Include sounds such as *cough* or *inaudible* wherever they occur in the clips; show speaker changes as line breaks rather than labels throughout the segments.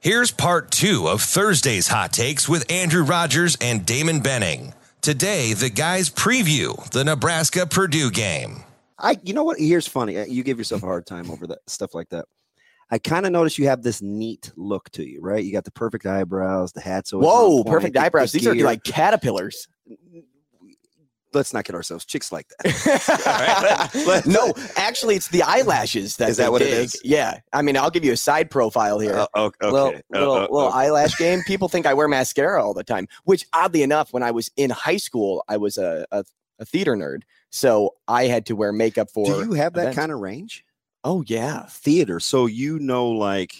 Here's part two of Thursday's Hot Takes with Andrew Rogers and Damon Benning. Today, the guys preview the Nebraska Purdue game.
I, you know what? Here's funny. Uh, You give yourself a hard time over that stuff like that. I kind of notice you have this neat look to you, right? You got the perfect eyebrows, the hats. always
Whoa,
on point,
perfect
the- the
eyebrows. These are
gear. *laughs*
like caterpillars.
Let's not kid ourselves. Chicks like that.
*laughs*
Let's-
no, actually, it's the eyelashes. That
Is that
they
what it
dig.
is?
Yeah. I mean, I'll give you a side profile here.
Uh, o- okay.
Little, little,
Uh, uh,
little
okay.
eyelash game. People think I wear mascara all the time, which oddly enough, when I was in high school, I was a, a, a theater nerd. So I had to wear makeup for.
Do you have that
events.
kind of range?
oh, yeah.
Theater. So you know, like,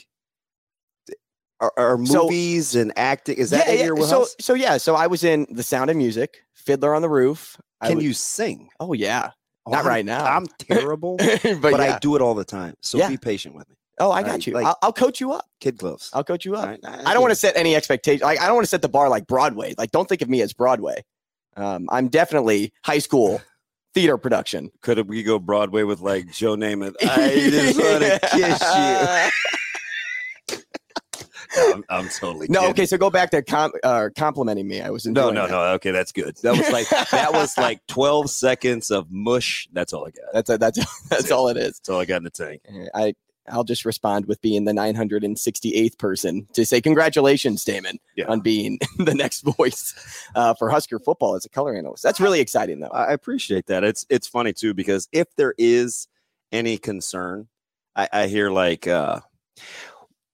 are, are
So-
movies and acting? Is that in your
so,
wheelhouse?
so, yeah. So I was in The Sound of Music, Fiddler on the Roof. I
Can
was-
you sing?
Oh, yeah.
Oh,
Not
I'm-
right now.
I'm terrible, *laughs* but,
*laughs* but yeah.
I do all the time. So
Yeah.
be patient with me.
oh, I
I-
got you.
like-
I'll, I'll coach you up.
Kid gloves.
I'll coach you up.
All right,
I don't want
get
to set any expectation. Like, I don't want to set the bar like Broadway. Like, don't think of me as Broadway. Um, I'm definitely high school
*laughs*
theater production.
it. Could we go Broadway with like Joe *laughs* Namath?
Yeah. *laughs*
wanna No, I'm, I'm totally
No,
kidding.
okay. So go back to com- uh, complimenting me. I was
No,
enjoying
no,
that.
no. Okay, that's good. That was like that *laughs* was like 12 seconds of mush. That's all I got.
That's a, that's *laughs* that's all it is.
That's all I got in the tank.
I I'll just respond with being the 968th person to say congratulations, Damon,
Yeah.
on being *laughs* the next voice uh, for Husker football as a color analyst. That's really exciting, though.
I appreciate that. It's it's funny too because if there is any concern, I, I hear like, uh,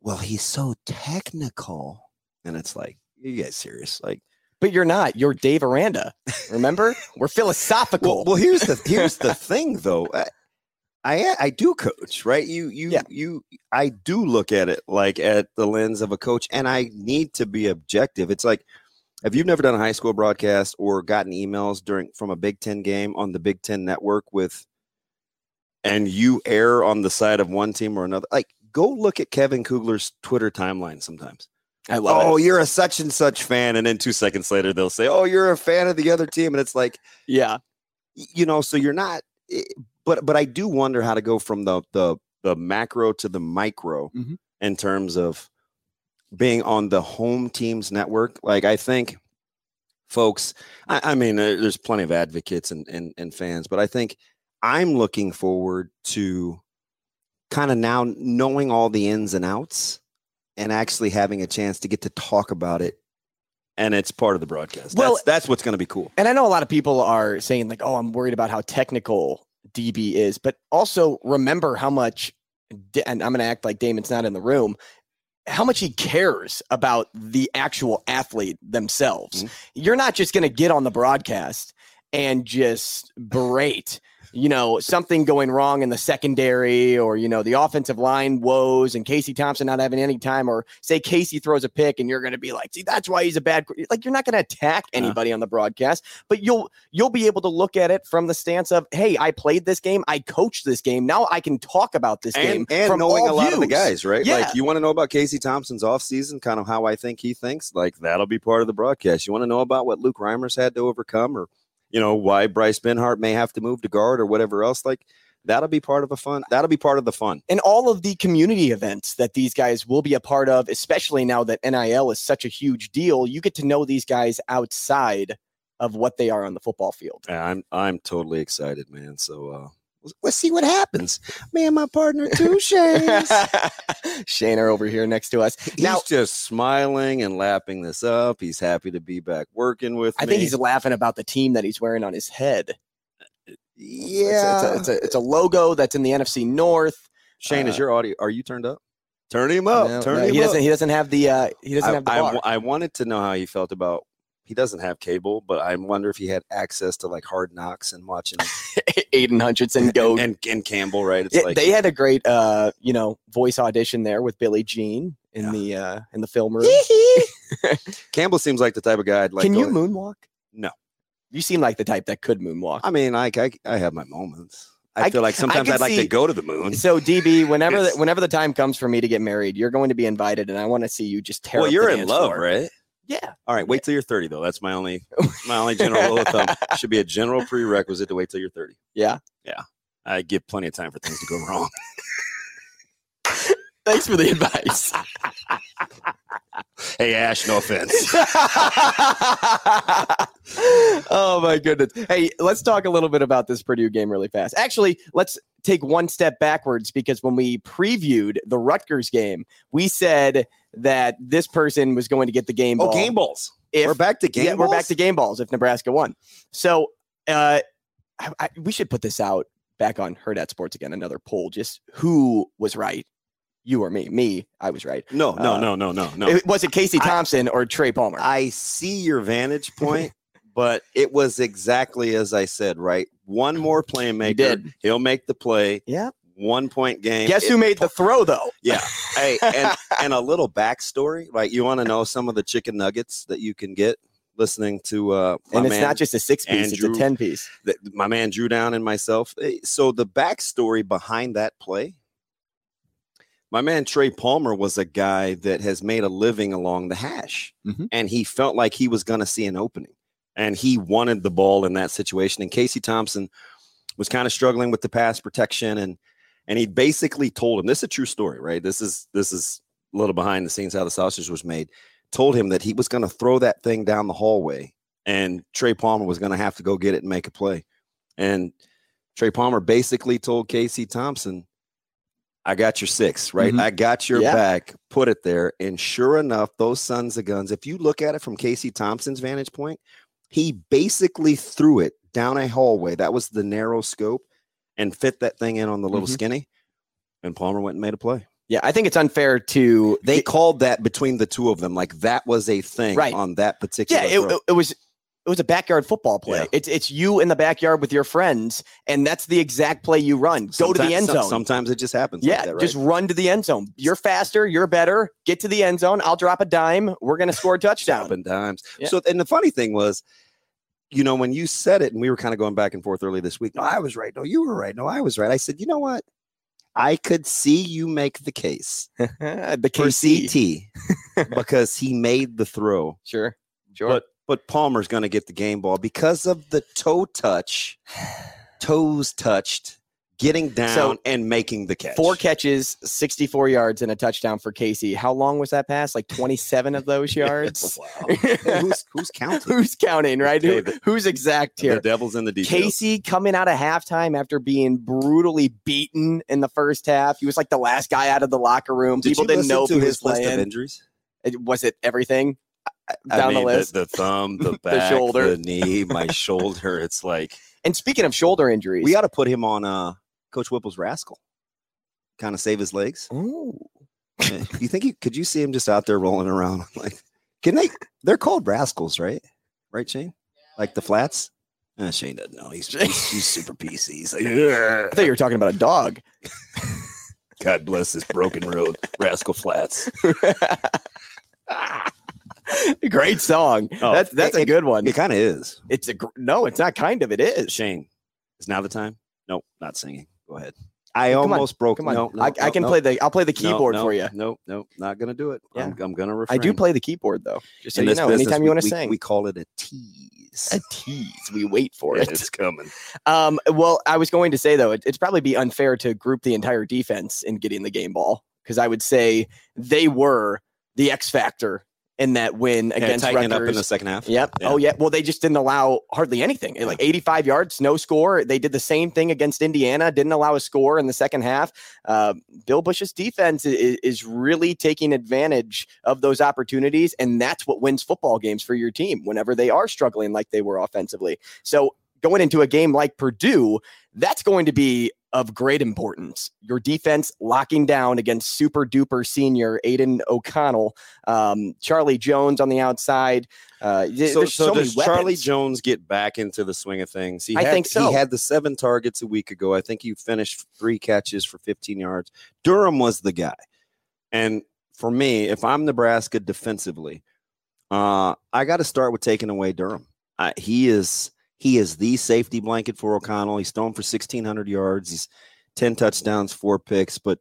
well, he's so technical, and it's like, are you guys serious? Like,
But you're not. You're Dave Aranda. Remember?
*laughs*
We're philosophical.
Well, well, here's the here's
*laughs*
the thing though. I, I I do coach, right? You you
Yeah.
you I do look at it like at the lens of a coach and I need to be objective. It's like if you've never done a high school broadcast or gotten emails during from a Big 10 game on the Big 10 network with and you err on the side of one team or another, like go look at Kevin Kugler's Twitter timeline sometimes
I love
oh,
it.
you're a such and such fan. And then two seconds later, they'll say, oh, you're a fan of the other team. And it's like,
Yeah.
y- you know, so you're not, i- but, but I do wonder how to go from the, the, the macro to the micro
Mhm.
in terms of being on the home team's network. Like, I think folks, I, I mean, there- there's plenty of advocates and, and, and fans, but I think I'm looking forward to kind of now knowing all the ins and outs and actually having a chance to get to talk about it. And it's part of the broadcast.
Well-
that's, that's what's going to be cool.
And I know a lot of people are saying, like, oh, I'm worried about how technical DB is, but also remember how much, Da- and I'm going to act like Damon's not in the room, how much he cares about the actual athlete themselves.
Mhm.
You're not just going to get on the broadcast and just berate. You know, something going wrong in the secondary, or, you know, the offensive line woes and Casey Thompson not having any time, or say Casey throws a pick and you're going to be like, see, that's why he's a bad, qu-" like, you're not going to attack
Uh-huh.
anybody on the broadcast but you'll you'll be able to look at it from the stance of hey i played this game i coached this game now i can talk about this game
And, and
from
knowing a
all
lot of the
views."
guys, right?
Yeah.
Like you want to know about Casey Thompson's offseason, kind of how I think he thinks, like that'll be part of the broadcast. You want to know about what Luke Reimers had to overcome or, you know, why Bryce Benhart may have to move to guard or whatever else. Like that'll be part of a fun. That'll be part of the fun.
and all of the community events that these guys will be a part of especially now that nil is such a huge deal you get to know these guys outside of what they are on the football field
Yeah, I'm I'm totally excited, man. So uh let's- let's see what happens. Me and my partner too, Shays.
*laughs* Shaner over here next to us.
He's
Now,
just smiling and lapping this up. He's happy to be back working with
I
me.
think he's laughing about the team that he's wearing on his head. It's a,
yeah.
it's, a, it's, a, it's a logo that's in the NFC North.
Shane, is
uh,
your audio? Are you turned up? Turn him up.
No,
Oh, turn
no,
him
he
up.
doesn't. He doesn't have the. Uh, he doesn't
I,
have the
I
bar.
w- I wanted to know how he felt about. He doesn't have cable, but I wonder if he had access to like Hard Knocks and
*laughs*
watching
*laughs* Aiden Hutchinson
*laughs*
go.
and, and and Campbell. Right? It's
Yeah,
like
they *laughs* had a great, uh, you know, voice audition there with Billie Jean in
Yeah.
the uh, in the film room.
*laughs* Campbell seems like the type of guy. I'd like
Can
go
you
to-
moonwalk?
No.
You seem like the type that could moonwalk.
I mean, like I, I have my moments. I,
I-
feel like sometimes
can
I'd like to
see-
go to the moon.
So DB, whenever the,
Yes.
whenever the time comes for me to get married, you're going to be invited, and I want to see you just tear.
Well,
up
you're
the
in
dance
love,
floor.
right?
Yeah,
All right, wait till you're 30 though. That's my only my only general rule of
*laughs*
thumb. Should be a general prerequisite to wait till you're 30.
yeah.
I give plenty of time for things to go wrong.
Thanks for the *laughs* advice.
hey Ash, no offense.
oh my goodness! Hey, let's talk a little bit about this Purdue game really fast. Actually, let's take one step backwards because when we previewed the Rutgers game, we said that this person was going to get the game ball.
Oh, game balls.
*laughs* if-
we're back to game
yeah,
balls.
we're back to game balls if Nebraska won. So uh, I, I, we should put this out back on Herd at Sports again. Another poll, just who was right, you or me? Me, I was right.
No, no,
Uh,
no, no, no, no.
It, was it Casey
I-
Thompson or Trey Palmer?
I see your vantage
*laughs*
point, but it was exactly as I said, right? One more playmaker.
did.
He'll make the play.
yeah.
One point game.
Guess
It-
*laughs* who made the throw though?
*laughs*
*laughs*
Yeah. Hey, and, and a little backstory. Like you want to know some of the chicken nuggets that you can get listening to uh my
And it's
man,
not just a six piece;
Andrew-
it's a ten piece.
th- my man Drew Down and myself. Eh, So the backstory behind that play, my man Trey Palmer was a guy that has made a living along the hash,
Mhm.
and he felt like he was going to see an opening, and he wanted the ball in that situation. And Casey Thompson was kind of struggling with the pass protection, and and he basically told him this is a true story, right? This is this is a little behind the scenes how the sausage was made. Told him that he was going to throw that thing down the hallway and Trey Palmer was going to have to go get it and make a play. And Trey Palmer basically told Casey Thompson, I got your six, right?
Mhm.
I got your
Yeah.
back, put it there. And sure enough, those sons of guns, if you look at it from Casey Thompson's vantage point, he basically threw it down a hallway. That was the narrow scope and fit that thing in on the little
Mhm.
skinny. And Palmer went and made a play.
Yeah, I think it's unfair to
They called that between the two of them. Like that was a thing
Right.
on that particular
yeah, it,
throw.
it, it was it was a backyard football play.
Yeah.
It's it's you in the backyard with your friends, and that's the exact play you run. Go to
Sometimes-
the end
some-
zone.
Sometimes it just happens. like
yeah,
that, right?
just run to the end zone. You're faster. You're better. Get to the end zone. I'll drop a dime. We're gonna score a touchdown.
Dropping dimes.
Yeah.
So, and the funny thing was, you know, when you said it, and we were kind of going back and forth earlier this week. No, I was right. No, you were right. No, I was right. I said, you know what? I could see you make the case
*laughs* the
for
KC.
CT *laughs* because he made the throw,
Sure. Sure.
but but Palmer's going to get the game ball because of the toe
*sighs*
touch, toes touched, getting down and making the catch. *laughs*
Four catches, 64 yards, and a touchdown for Casey. How long was that pass? Like 27 of
*laughs*
those *laughs* yards?
wow. Hey, who's who's counting?
Who's counting, right? Who-
David.
who's exact
The
here?
devil's in the details.
Casey coming out of halftime after being brutally beaten in the first half. He was like the last guy out of the locker room. People
you
didn't
listen
know if
to
he was
his list of
playing.
injuries.
It- Was it everything Uh,
I
down
mean,
*laughs* the list?
The, thumb, the back, the,
shoulder.
knee, my shoulder. It's like
and speaking of shoulder injuries,
we ought to put him on uh, Coach Whipple's rascal, kind of save his legs.
Ooh.
you think you could you see him just out there rolling around? *laughs* Like, can they? They're called rascals, right? Right, Shane? Like the flats? Uh, Shane doesn't know. He's, he's, he's super PC. He's like, "Yeah,
I thought you were talking about a dog.
God bless this broken road, rascal flats.
*laughs* Great song.
Oh,
that's that's a
it-
good one.
It kind of is. Uh,
it's a gr- no. It's not kind of. It is.
Shane, is now the time? Nope, not singing. Go ahead. I
Come on,
almost broke.
Come on,
no, no,
I, I
no,
can
no.
play the. I'll play the
No,
keyboard
no,
for you.
Nope, nope, not gonna do it. I'm, I'm gonna
I
refrain.
do play the keyboard though, just so
In
you
this
know.
business,
anytime
we-
you want to
we-
sing,
We call it a tease.
a tease. We wait for
Yeah,
it.
It's coming.
Um, well, I was going to say though, it, it's probably be unfair to group the entire defense in getting the game ball because I would say they were the X factor in that win
Yeah,
against
tighten it up in
Rutgers.
the second half.
Yep.
Yeah.
Oh yeah. Well, they just didn't allow hardly anything. Like 85 yards, no score. They did the same thing against Indiana. Didn't allow a score in the second half. Uh, Bill Bush's defense is, is really taking advantage of those opportunities, and that's what wins football games for your team whenever they are struggling like they were offensively. So going into a game like Purdue, that's going to be of great importance. Your defense locking down against super duper senior Aiden O'Connell, um, Charlie Jones on the outside. Uh, y-
So,
there's so,
so,
many
does Charlie
weapons.
Jones get back into the swing of things? He
I
had,
think so.
He had the seven targets a week ago. I think he finished three catches for 15 yards. Durham was the guy. And for me, if I'm Nebraska defensively, uh, I got to start with taking away Durham. Uh, he is he is the safety blanket for O'Connell. He's thrown for 1,600 yards. He's 10 touchdowns, four picks. But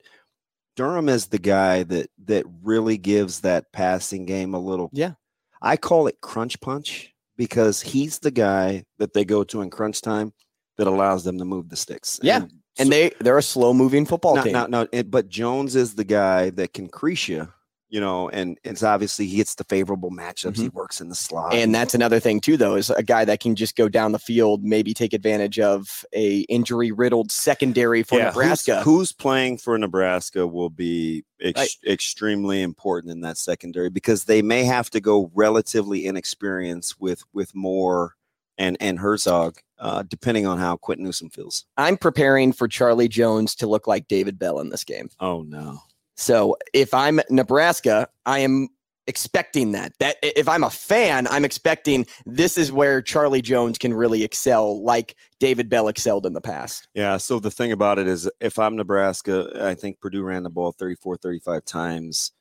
Durham is the guy that that really gives that passing game a little.
Yeah.
I call it crunch punch because he's the guy that they go to in crunch time that allows them to move the sticks.
Yeah.
And
And they they're a slow moving football
no,
team.
no, no. it- but Jones is the guy that can crease you, you know, and it's obviously he gets the favorable matchups. He works in the slot.
Mm-hmm. and that's another thing too, though, is a guy that can just go down the field, maybe take advantage of a injury riddled secondary for
Yeah, who's-
Nebraska.
Who's, playing for Nebraska will be ex-
Right.
extremely important in that secondary because they may have to go relatively inexperienced with with Moore and and Herzog, uh, depending on how Quentin Newsom feels.
I'm preparing for Charlie Jones to look like David Bell in this game.
Oh no!
So if I'm Nebraska, I am expecting that. That if I'm a fan, I'm expecting this is where Charlie Jones can really excel, like David Bell excelled in the past.
Yeah. So the thing about it is, if I'm Nebraska, I think Purdue ran the ball 34, 35 times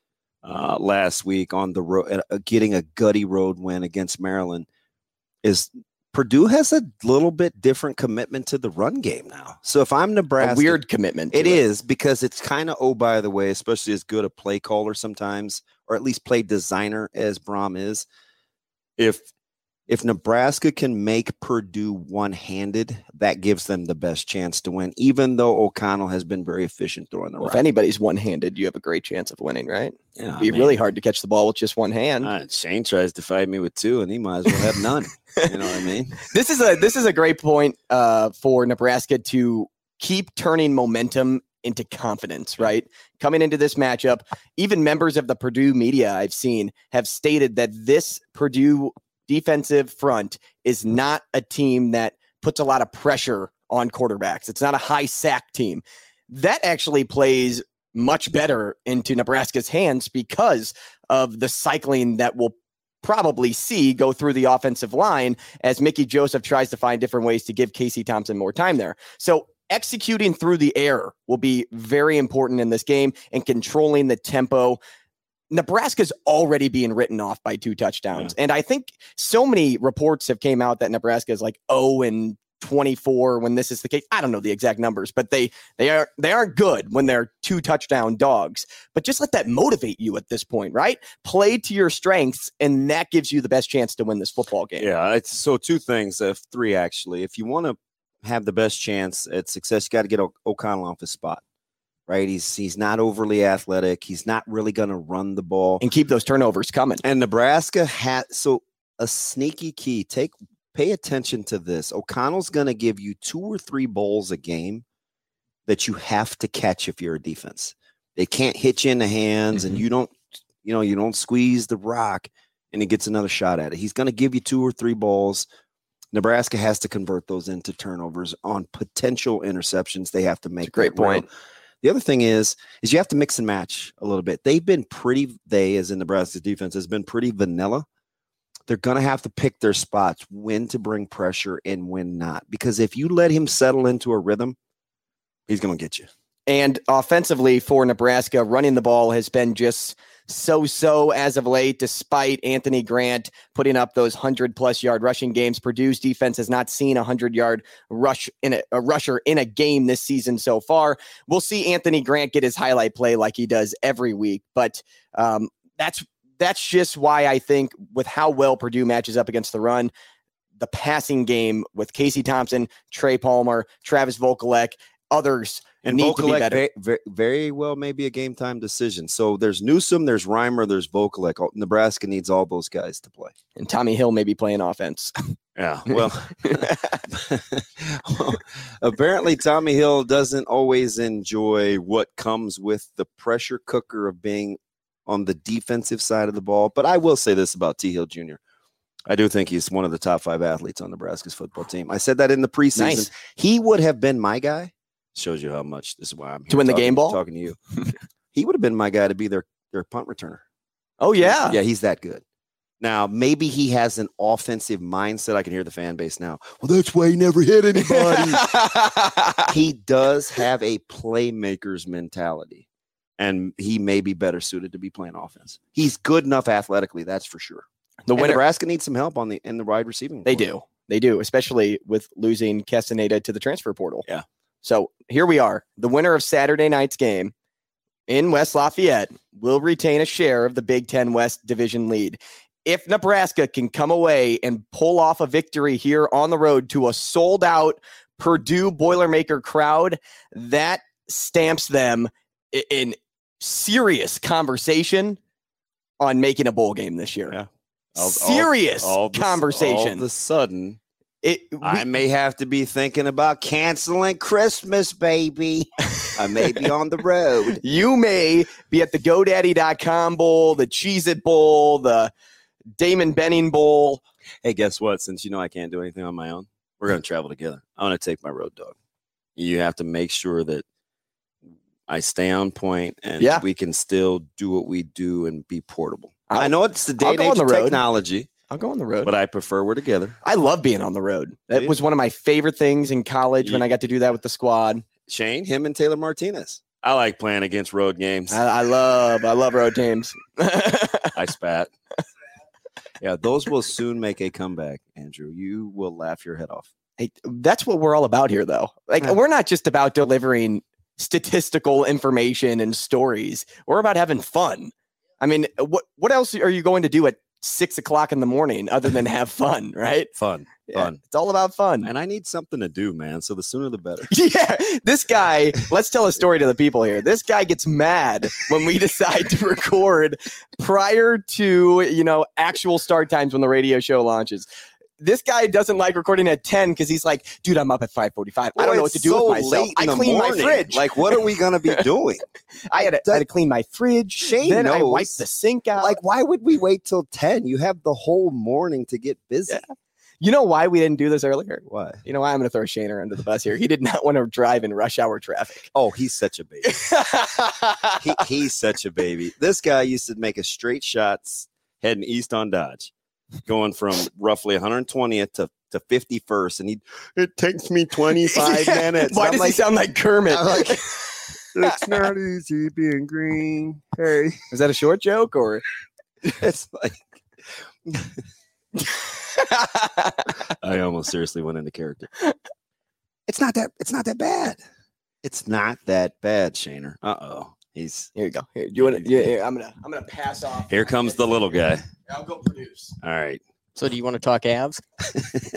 uh, last week on the road, uh, getting a gutty road win against Maryland. Is Purdue has a little bit different commitment to the run game now. So if I'm Nebraska,
A weird commitment. to
it is because it's kind of oh by the way, especially as good a play caller sometimes, or at least play designer as Brom is. If if Nebraska can make Purdue one-handed, that gives them the best chance to win, even though O'Connell has been very efficient throwing the
Well,
rock.
if anybody's one-handed, you have a great chance of winning, right?
Yeah,
It'd be really hard to catch the ball with just one hand.
Uh, Shane tries to fight me with two, and he might as well have none. you know what I mean?
this is a this is a great point uh, for Nebraska to keep turning momentum into confidence, right? Coming into this matchup, even members of the Purdue media I've seen have stated that this Purdue defensive front is not a team that puts a lot of pressure on quarterbacks. It's not a high sack team. That actually plays much better into Nebraska's hands because of the cycling that we'll probably see go through the offensive line as Mickey Joseph tries to find different ways to give Casey Thompson more time there. So executing through the air will be very important in this game and controlling the tempo. Nebraska's already being written off by two touchdowns. And I think so many reports have came out that Nebraska is like 0 and 24 when this is the case. I don't know the exact numbers, but they they are they aren't good when they're two touchdown dogs. But just let that motivate you at this point, right? Play to your strengths and that gives you the best chance to win this football game.
Yeah. It's, so two things, if three actually. If you want to have the best chance at success, you got to get o- O'Connell off his spot, right? He's he's not overly athletic. He's not really going to run the ball.
and keep those turnovers coming.
And Nebraska had so a sneaky key. Take pay attention to this. O'Connell's going to give you two or three bowls a game that you have to catch if you're a defense. They can't hit you in the hands,
Mm-hmm.
and you don't, you know, you don't squeeze the rock, and he gets another shot at it. He's going to give you two or three balls. Nebraska has to convert those into turnovers on potential interceptions. They have to make.
great
that route.
point.
The other thing is, is you have to mix and match a little bit. They've been pretty. They, as in Nebraska's defense, has been pretty vanilla they're going to have to pick their spots when to bring pressure and when not. Because if you let him settle into a rhythm, he's going to get you.
And offensively for Nebraska, running the ball has been just so so as of late, despite Anthony Grant putting up those 100 plus yard rushing games. Purdue's defense has not seen a 100 yard rush in a, a rusher in a game this season so far. We'll see Anthony Grant get his highlight play like he does every week, but um, that's that's just why I think with how well Purdue matches up against the run, the passing game with Casey Thompson, Trey Palmer, Travis Volkolek, others
And
Need to be
Vokalek
better.
very, very, well may be a game time decision. So there's Newsom, there's Reimer, there's Vokalek. All- Nebraska needs all those guys to play.
and Tommy Hill may be playing offense. *laughs*
*laughs* Yeah. Well, well, apparently Tommy Hill doesn't always enjoy what comes with the pressure cooker of being on the defensive side of the ball. But I will say this about T Hill Jr. I do think he's one of the top five athletes on Nebraska's football team. I said that in the preseason.
Nice.
He would have been my guy. Shows you how much this is why I'm here
win the
talking-
game ball?
Talking to you, he would have been my guy to be their their punt returner.
Oh yeah.
Yeah, he's that good. Now, maybe he has an offensive mindset. I can hear the fan base now. Well, that's why he never hit
*laughs*
anybody. he does have a playmaker's mentality, and he may be better suited to be playing offense. He's good enough athletically, that's for sure.
The
And
winner,
Nebraska needs some help on the in the wide receiving.
they
corps.
do, they do, especially with losing Castaneda to the transfer portal.
Yeah.
So here we are. The winner of Saturday night's game in West Lafayette will retain a share of the Big Ten West division lead. If Nebraska can come away and pull off a victory here on the road to a sold out Purdue Boilermaker crowd, that stamps them i- in serious conversation on making a bowl game this year.
Yeah. All- all-
serious
All the- All
conversation.
of a sudden,
it, we-
I may have to be thinking about canceling Christmas, baby. I may be on the road.
you may be at the GoDaddy.com Bowl, the Cheez It Bowl, the Damon Benning Bowl.
Hey, guess what? Since you know I can't do anything on my own, we're going to travel together. I'm going to take my road dog. You have to make sure that I stay on point and
Yeah.
we can still do what we do and be portable.
I'll-
i know it's the day
I'll
and
go on
age
the
of
road.
technology,
I'll go on the road.
but I prefer we're together.
I love being on the road. That
Yeah.
was one of my favorite things in college when I got to do that with the squad.
Shane, him, and Taylor Martinez. I like playing against road
*laughs*
games.
I, I love, I love road teams. *laughs*
I spat. yeah, those will soon make a comeback, Andrew. You will laugh your head off.
Hey, that's what we're all about here, though. Like,
Yeah.
we're not just about delivering statistical information and stories. We're about having fun. I mean, what what else are you going to do at six o'clock in the morning other than have fun, *laughs* right?
Fun.
Yeah,
Fun.
it's all about fun.
And I need something to do, man. So the sooner the better.
*laughs* yeah, this guy, let's tell a story to the people here. This guy gets mad when we *laughs* decide to record prior to, you know, actual start times when the radio show launches. This guy doesn't like recording at 10 because he's like, dude, I'm up at 545. I don't know what to do with myself. I clean my fridge.
Like, what are we going to *laughs* be doing?
I, had to, I had to clean my fridge.
Shane
then I
knows.
wiped the sink out.
like,
Like,
why would we wait till 10? You have the whole morning to get busy.
you know why we didn't do this earlier?
Why?
You know why I'm going to throw Shaner under the bus here. He did not *laughs* want to drive in rush hour traffic. *laughs*
Oh, he's such a *laughs* baby. he, he's such a baby. This guy used to make a straight shots heading east on Dodge, going from roughly 120th to, to 51st, and he it takes me *laughs*
*laughs*
25 minutes.
Why
I'm
does
like,
he sound like Kermit?
I'm
*laughs*
like, it's not easy being green. Hey,
Is that a short joke or?
it's like I almost seriously went into character. It's not that. It's not that bad. It's not that bad, Shaner. Uh oh, he's
Here you go. Here, do you want? Yeah, yeah, I'm gonna. I'm gonna pass off.
here comes the little guy.
I'll go produce.
All right.
So do you want to talk abs? *laughs*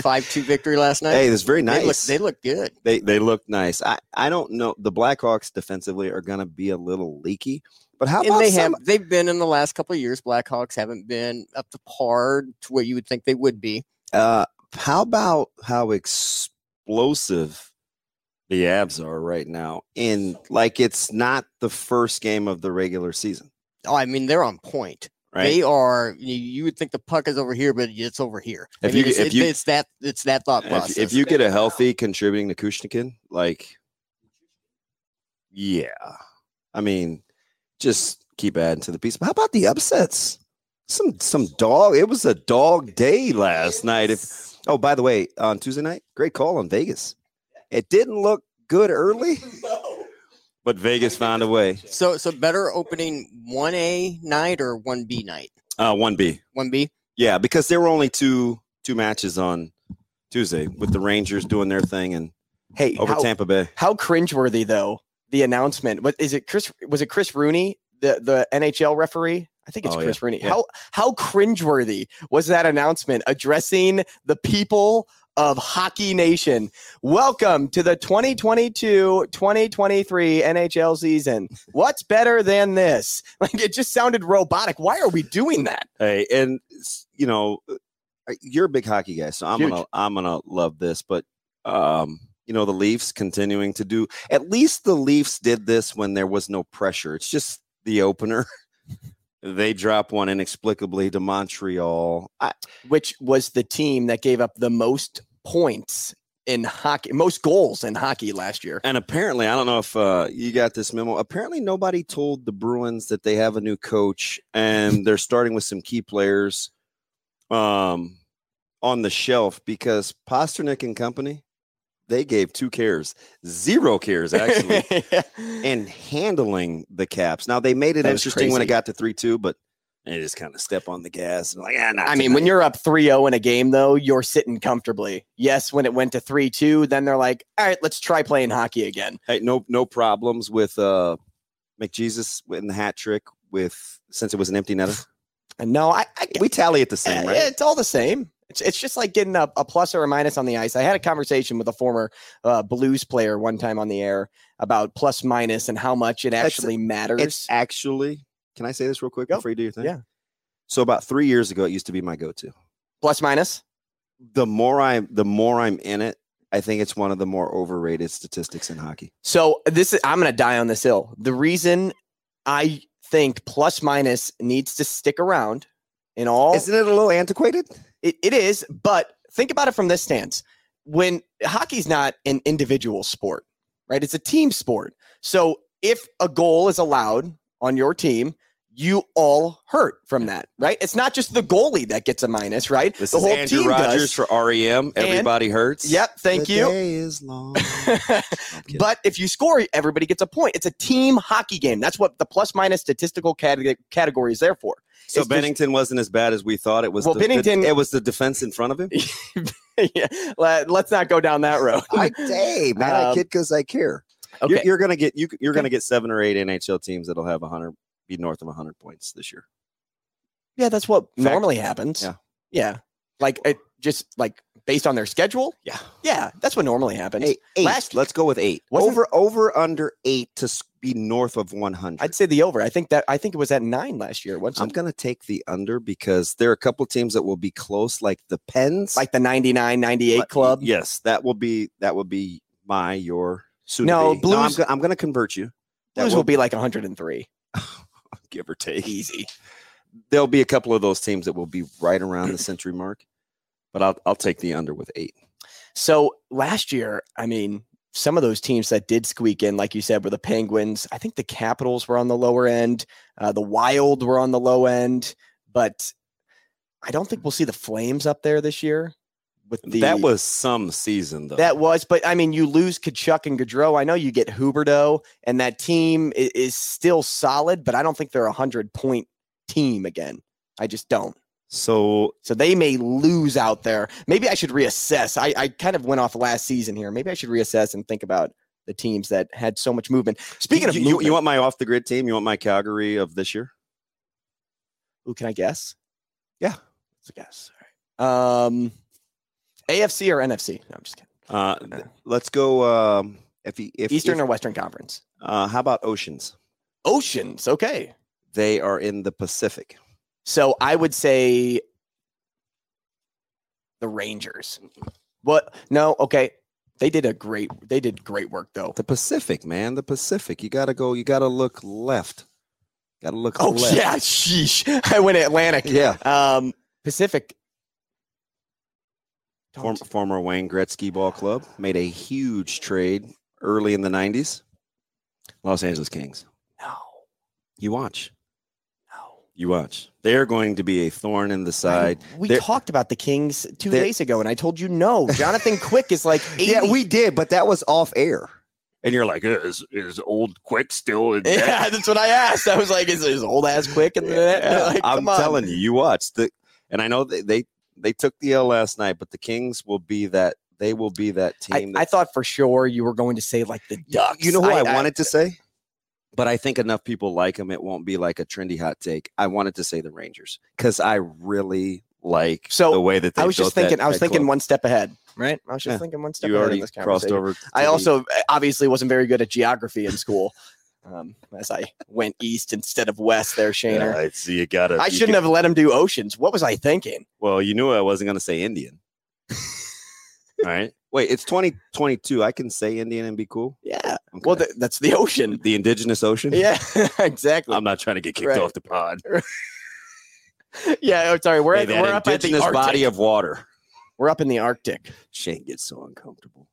Five two victory last night.
*laughs* Hey, that's very
They look,
nice.
they look good.
They they look nice. I I don't know. The Blackhawks defensively are going to be a little leaky, but how
and
about
they
some?
have they've been in the last couple of years. Blackhawks haven't been up to par to where you would think they would be.
Uh, how about how explosive the Abs are right now? In like it's not the first game of the regular season,
Oh, I mean, they're on point.
right?
They are. You, you would think the puck is over here, but it's over here. I
If
mean,
you-
it's,
if
it-
you-
it's that it's that thought
And
process.
if, if you get a healthy contributing to Kushnikin, like, yeah, I mean, just keep adding to the piece. How about the upsets? Some some dog. It was a dog day last night. If oh, by the way, on Tuesday night, great call on Vegas. It didn't look good
*laughs*
early, but Vegas found a way.
so so better opening one A night or one B night.
Uh, one B.
One B.
Yeah, because there were only two two matches on Tuesday with the Rangers doing their thing and
Hey,
over
how,
Tampa Bay.
how cringeworthy though the announcement? What is it? Chris was it Chris Rooney, the the NHL referee? I think it's
Oh, yeah.
Chris Rooney.
Yeah.
How how cringeworthy was that announcement addressing the people of Hockey Nation? Welcome to the 2022-2023
*laughs*
NHL season. What's better than this? Like it just sounded robotic. Why are we doing that?
Hey, and s- you know, uh, you're a big hockey guy, so I'm
Huge.
gonna I'm gonna love this. But um, you know, the Leafs continuing to do at least the Leafs did this when there was no pressure. It's just the opener. *laughs* they drop one inexplicably to Montreal. I,
which was the team that gave up the most points in hockey, most goals in hockey last year.
and apparently, I don't know if uh, you got this memo. Apparently, nobody told the Bruins that they have a new coach *laughs* and they're starting with some key players um, on the shelf because Pasternak and company they gave two cares, zero cares *laughs* actually,
*laughs* and
and handling the Caps. Now they made it
That was
interesting when it
crazy.
got to three two, but and you just kind of step on the gas and like, ah, not
I mean, when you're up 3 0 in a game, though, you're sitting comfortably. Yes, when it went to 3 2, then they're like, all right, let's try playing hockey again.
hey, no no problems with uh McJesus in the hat trick with since it was an empty netter.
And no, I, I
We tally it the
Uh,
same, right?
It's all the same. It's, it's just like getting a, a plus or a minus on the ice. I had a conversation with a former uh, blues player one time on the air about plus minus and how much it
That's-
actually matters.
It's actually. Can I say this real quick
Go.
before you do your thing?
Yeah.
So about three years ago, it used to be my go-to.
plus minus.
The more I, the more I'm in it, I think it's one of the more overrated statistics in hockey.
So this is I'm gonna die on this hill. The reason I think plus minus needs to stick around in all
Isn't it a little antiquated?
It, it is, but think about it from this stance. When hockey's not an individual sport, right? It's a team sport. So if a goal is allowed on your team, you all hurt from that, right? It's not just the goalie that gets a minus, right?
This
the
is Andrew Rogers for REM. Everybody hurts.
Yep, thank
The
you. *laughs*
Day is *laughs* long. I'm kidding.
But if you score, everybody gets a point. It's a team hockey game. That's what the plus minus statistical cate- category is there for.
so
it's just-
Bennington wasn't as bad as we thought. It was.
Well,
the, the-
Bennington-
it was the defense in front of him.
*laughs* yeah, let, us not go down
*laughs*
that road.
I hey man, I
Um,
kid because I care.
okay.
You're, you're gonna get you. You're gonna get seven or eight NHL teams that'll have hundred, be north of hundred points this year.
Yeah, that's what
Fact-
normally happens.
Yeah.
Yeah. Like it just like based on their schedule.
Yeah.
Yeah, that's what normally happens.
Hey, eight.
Last-
Let's go with eight.
Wasn't-
over over under eight to s- be north of one hundred.
I'd say the over. I think that I think it was at nine last year. What's
I'm gonna take the under because there are a couple teams that will be close, like the Pens,
like the 99 98
But-
club?
Yes, that will be that will be my your soon. to be.
No,
I'm,
Blues-
go- I'm gonna convert you. That
Blues will, be like 103.
*laughs* give or take.
Easy.
There'll be a couple of those teams that will be right around the century mark, but I'll I'll take the under with eight.
So last year, I mean, some of those teams that did squeak in, like you said, were the Penguins. I think the Capitals were on the lower end. Uh, the Wild were on the low end, but I don't think we'll see the Flames up there this year. With the
that was some season though.
That was, but I mean, you lose Kachuk and Gaudreau. I know you get Huberto, and that team is, is still solid, but I don't think they're a hundred point team again. I just don't.
so
So they may lose out there. Maybe I should reassess. I, I kind of went off last season here. Maybe I should reassess and think about the teams that had so much movement. Speaking of
you, you,
movement,
you want my off the grid team? You want my Calgary of this year?
ooh, can I guess?
Yeah.
it's a guess. All right. Um, AFC or NFC? No, I'm just kidding.
Uh, th- let's go. Um, if he, if
Eastern
if,
or Western Conference?
uh, how about oceans?
Oceans. Okay.
They are in the Pacific.
So I would say the Rangers. What? No, okay. They did a great. They did great work though.
The Pacific, man. The Pacific. You gotta go. You gotta look left. Gotta look.
Oh
left.
yeah, *laughs* sheesh. I went Atlantic.
yeah.
Um, Pacific.
Form,
Don't-
former Wayne Gretzky Ball Club made a huge trade early in the '90s. Los Angeles Kings.
no,
You watch.
no.
You watch. They are going to be a thorn in the
I-
side.
we
They're-
talked about the Kings two
They're-
days ago, and I told you no.
*laughs*
Jonathan Quick is like 80.
did, but that was off air.
and you're like, is is old Quick
*laughs*
still in debt?
Yeah, that's what I asked. I was like, is his old ass Quick? And then *laughs* like,
I'm
come on.
telling you, you watch the. And I know they, they they took the L last night, but the Kings will be that. They will be that
I,
team.
I
that,
thought for sure you were going to say like the Ducks.
You know who I, wanted to say, but I think enough people like them. It won't be like a trendy hot take. I wanted to say the Rangers because I really like
So,
the way that they
I was just
built that-
thinking. I was
that
thinking
club.
one step ahead, right? I was just
Yeah.
thinking one step
you
ahead
already
in this
crossed
conversation.
over. to
I
the-
also uh, obviously wasn't very good at geography in school, um, as I went east instead of west. There, Shaner.
Yeah, I see you got it.
I shouldn't have let him do oceans. What was I thinking?
Well, you knew I wasn't going to say
*laughs*
Indian. All right. Wait, it's 2022. I can say Indian and be cool.
Yeah.
Okay.
Well, th- that's
*laughs*
the ocean.
the indigenous ocean.
Yeah, *laughs* exactly.
Um,
I'm not trying to get kicked
Right.
off the pod.
yeah. oh, sorry, we're
Hey,
at,
that
we're up at the
indigenous
Arctic.
body of water.
we're up in the Arctic.
Shane gets so uncomfortable.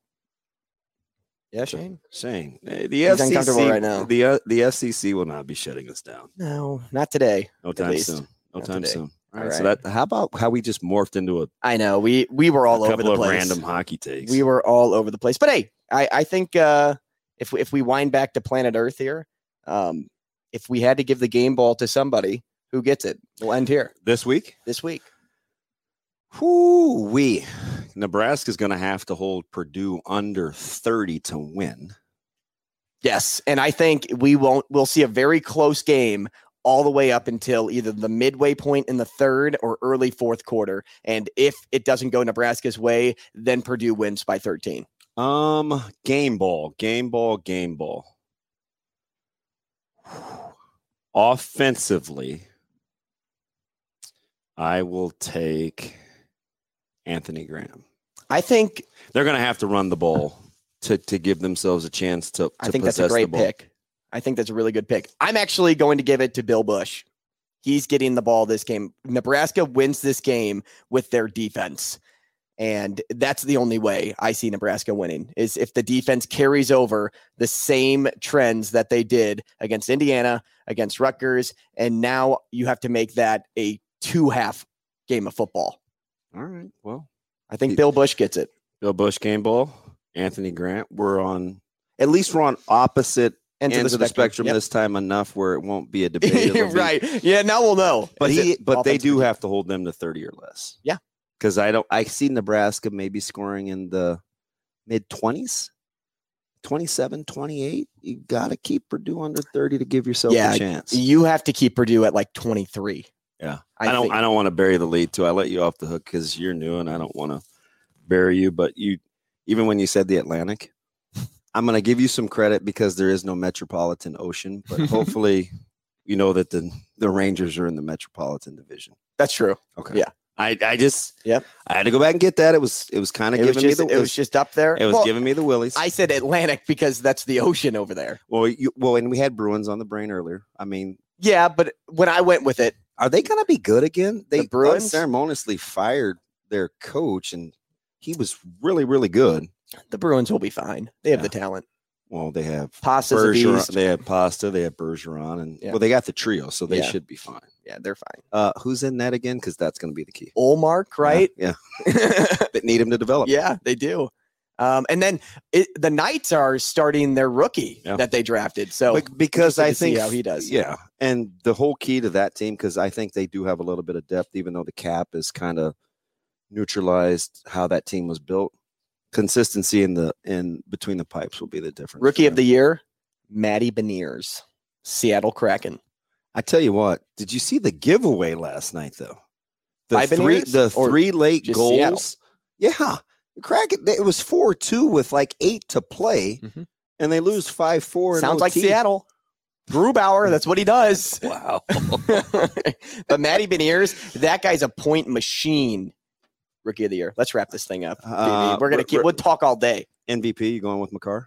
Yeah, Shane.
Shane, eh, the
He's uncomfortable
FCC
right now.
The uh, the FCC will not be shutting us down.
No, not today.
No time
least.
soon. No
Not
time
today.
soon. All
All
right, So
right.
that how about how we just morphed into a,
I know. We we were all
a
over the
couple of
place.
random hockey takes.
we were all over the place. But hey, I, I think uh, if we, if we wind back to planet Earth here, um, if we had to give the game ball to somebody, Who gets it? We'll end here
This week,
this week.
whoo we Nebraska's going to have to hold Purdue under 30 to win.
Yes, and I think we won't. We'll see a very close game all the way up until either the midway point in the third or early fourth quarter. And if it doesn't go Nebraska's way, then Purdue wins by 13.
Um, game ball, game ball, game ball. Offensively, I will take Anthony Graham.
I think.
They're going to have to run the ball to to give themselves a chance to. to
I think
possess
that's a
the
great
ball.
pick. I think that's a really good pick. I'm actually going to give it to Bill Bush. He's getting the ball this game. Nebraska wins this game with their defense. And that's the only way I see Nebraska winning is if the defense carries over the same trends that they did against Indiana, against Rutgers, and now you have to make that a two half game of football.
All right. Well,
I think Bill Bush gets it.
Bill Bush game ball. Anthony Grant. We're on. At least we're on opposite
Ends
ends of the spectrum
Yep.
this time enough where it won't be a debate.
*laughs*
It'll be-
right. Yeah, now we'll know.
But
Is
he,
it
but they
offensive
do have to hold them to thirty or less.
Yeah.
because I don't. I see Nebraska maybe scoring in the mid twenties. 27 28 you gotta keep purdue under 30 to give yourself
Yeah,
a chance
You have to keep Purdue at like 23.
Yeah. I, don't
think.
I don't want to bury the lead too. I let you off the hook because you're new and I don't want to bury you. But you even when you said the Atlantic, I'm gonna give you some credit because there is no metropolitan ocean, *laughs* but hopefully you know that the the Rangers are in the metropolitan division.
That's true.
Okay.
Yeah.
I, I just
Yep.
I had to go back and get that. It was it was kind of
It was,
giving
just,
me the
it was just up there.
it was
Well,
giving me the willies.
I said Atlantic because that's the ocean over there.
well you, well and we had Bruins on the brain earlier. I mean,
Yeah, but when I went with it,
are they gonna be good again? They
Bruins?
unceremoniously fired their coach, and he was really, really good.
the Bruins will be fine. They have the talent.
Well, they have
Pasta's a
Bergeron,
beast.
they have Pasta, they have Bergeron, and
Yeah.
well, they got the trio, so they
Yeah.
should be fine.
Yeah, they're fine.
Uh, who's in that again? Because that's going to be the key,
Olmark,
Yeah,
right?
*laughs* Yeah,
Yeah,
that need him to develop.
they do. Um, and then it, the Knights are starting their rookie
Yeah.
that they drafted. So
Bec- because
interested
I
to see
think
how he does.
Yeah, and the whole key to that team because I think they do have a little bit of depth, even though the cap is kind of neutralized how that team was built. Consistency in the in between the pipes will be the difference.
rookie
for
of
them.
the year, Matty Beniers, Seattle Kraken.
I tell you what, did you see the giveaway last night though? The
By
three
Beniers
the
or
three late
just
goals.
Seattle?
Yeah. Crack it. It was 4 2 with like eight to play,
Mhm.
and they lose 5 4.
Sounds like Seattle. Grubauer, that's what he does.
*laughs* Wow.
*laughs* but Matty Beniers, that guy's a point machine. Rookie of the year. Let's wrap this thing up. DB.
Uh,
we're gonna
we're-
keep.
we're-
We'll talk all day.
MVP, you going with McCarr?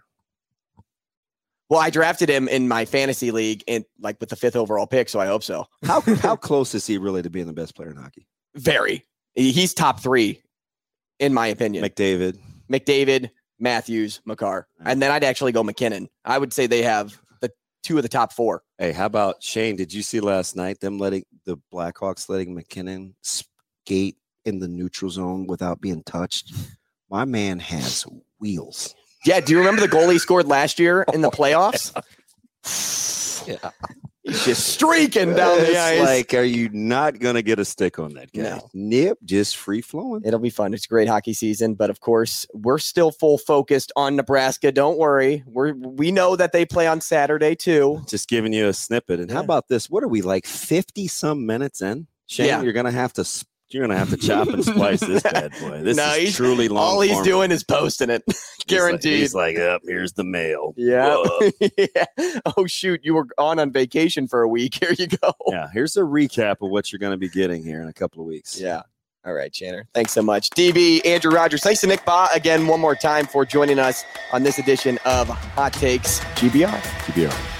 Well, I drafted him in my fantasy league and like with the fifth overall pick, so I hope so.
*laughs* How, how close is he really to being the best player in hockey?
Very. He- He's top three, in my opinion.
McDavid.
McDavid, Matthews, McCarr, and then I'd actually go McKinnon. I would say they have the two of the top four.
Hey, how about Shane? Did you see last night them letting the Blackhawks letting McKinnon skate in the neutral zone without being touched? My man has wheels.
Yeah. Do you remember the goal he scored last year in the playoffs?
Yeah.
He's just streaking down
it's
the ice.
Like, are you not gonna get a stick on that guy?
No.
Nip, just free flowing.
It'll be fun. It's a great hockey season, but of course, we're still full focused on Nebraska. Don't worry. We are we know that they play on Saturday too.
Just giving you a snippet. And how
Yeah.
about this? What are we like fifty some minutes in? Shane,
Yeah.
you're gonna have to s- you're gonna have to chop and splice *laughs* this bad boy. This
No, he's-
is truly long.
All he's
form.
doing is posting
*laughs*
it.
He's like-
Guaranteed.
He's like, up here's the mail.
yeah.
Whoa.
yeah. *laughs* Oh shoot, you were on on vacation for a week. *laughs* Here you go.
*laughs* Yeah, here's a recap of what you're gonna be getting here in a couple of weeks.
Yeah. All right, Channer. Thanks so much. DB, Andrew Rogers. Thanks to Nick Ba again one more time for joining us on this edition of Hot Takes GBR.
Keep it on.